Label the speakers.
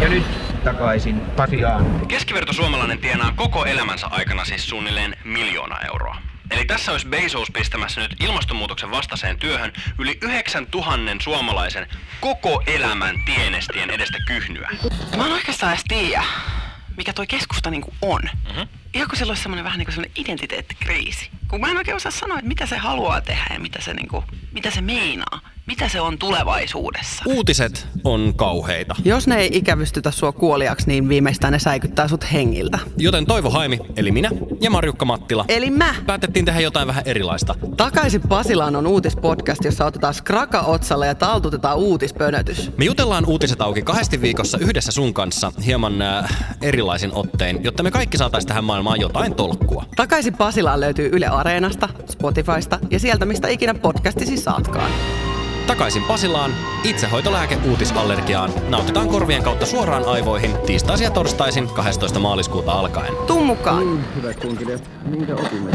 Speaker 1: Ja nyt takaisin Pasiaan.
Speaker 2: Keskiverto suomalainen tienaa koko elämänsä aikana siis suunnilleen miljoona euroa. Eli tässä olisi Bezos pistämässä nyt ilmastonmuutoksen vastaiseen työhön yli 9000 suomalaisen koko elämän tienestien edestä kyhnyä.
Speaker 3: Mä en oikeastaan edes tiedä, mikä toi keskusta niinku on.
Speaker 2: Mhm.
Speaker 3: Mm-hmm. Ihan kun sillä olisi semmoinen vähän niinku semmoinen identiteettikriisi. Kun mä en oikein osaa sanoa, että mitä se haluaa tehdä ja mitä se, niinku, mitä se meinaa. Mitä se on tulevaisuudessa.
Speaker 4: Uutiset on kauheita.
Speaker 5: Jos ne ei ikävystytä sua kuoliaksi, niin viimeistään ne säikyttää sut hengiltä.
Speaker 4: Joten Toivo Haimi, eli minä ja Marjukka Mattila,
Speaker 5: Eli mä!
Speaker 4: päätettiin tehdä jotain vähän erilaista.
Speaker 5: Takaisin Pasilaan on uutispodcast, jossa otetaan skraka otsalle ja taltutetaan uutispönötys.
Speaker 4: Me jutellaan uutiset auki kahdesti viikossa yhdessä sun kanssa hieman äh, erilaisin ottein, jotta me kaikki saatais tähän maailmaan jotain tolkkua.
Speaker 5: Takaisin Pasilaan löytyy Yle Areenasta, Spotifysta ja sieltä, mistä ikinä podcastisi saatkaan.
Speaker 4: Takaisin Pasilaan, itsehoitolääke uutisallergiaan. Nautitaan korvien kautta suoraan aivoihin tiistaisin ja torstaisin 12. maaliskuuta alkaen.
Speaker 5: Tuu mukaan!
Speaker 1: Hyvät kunkilijat, minkä opimme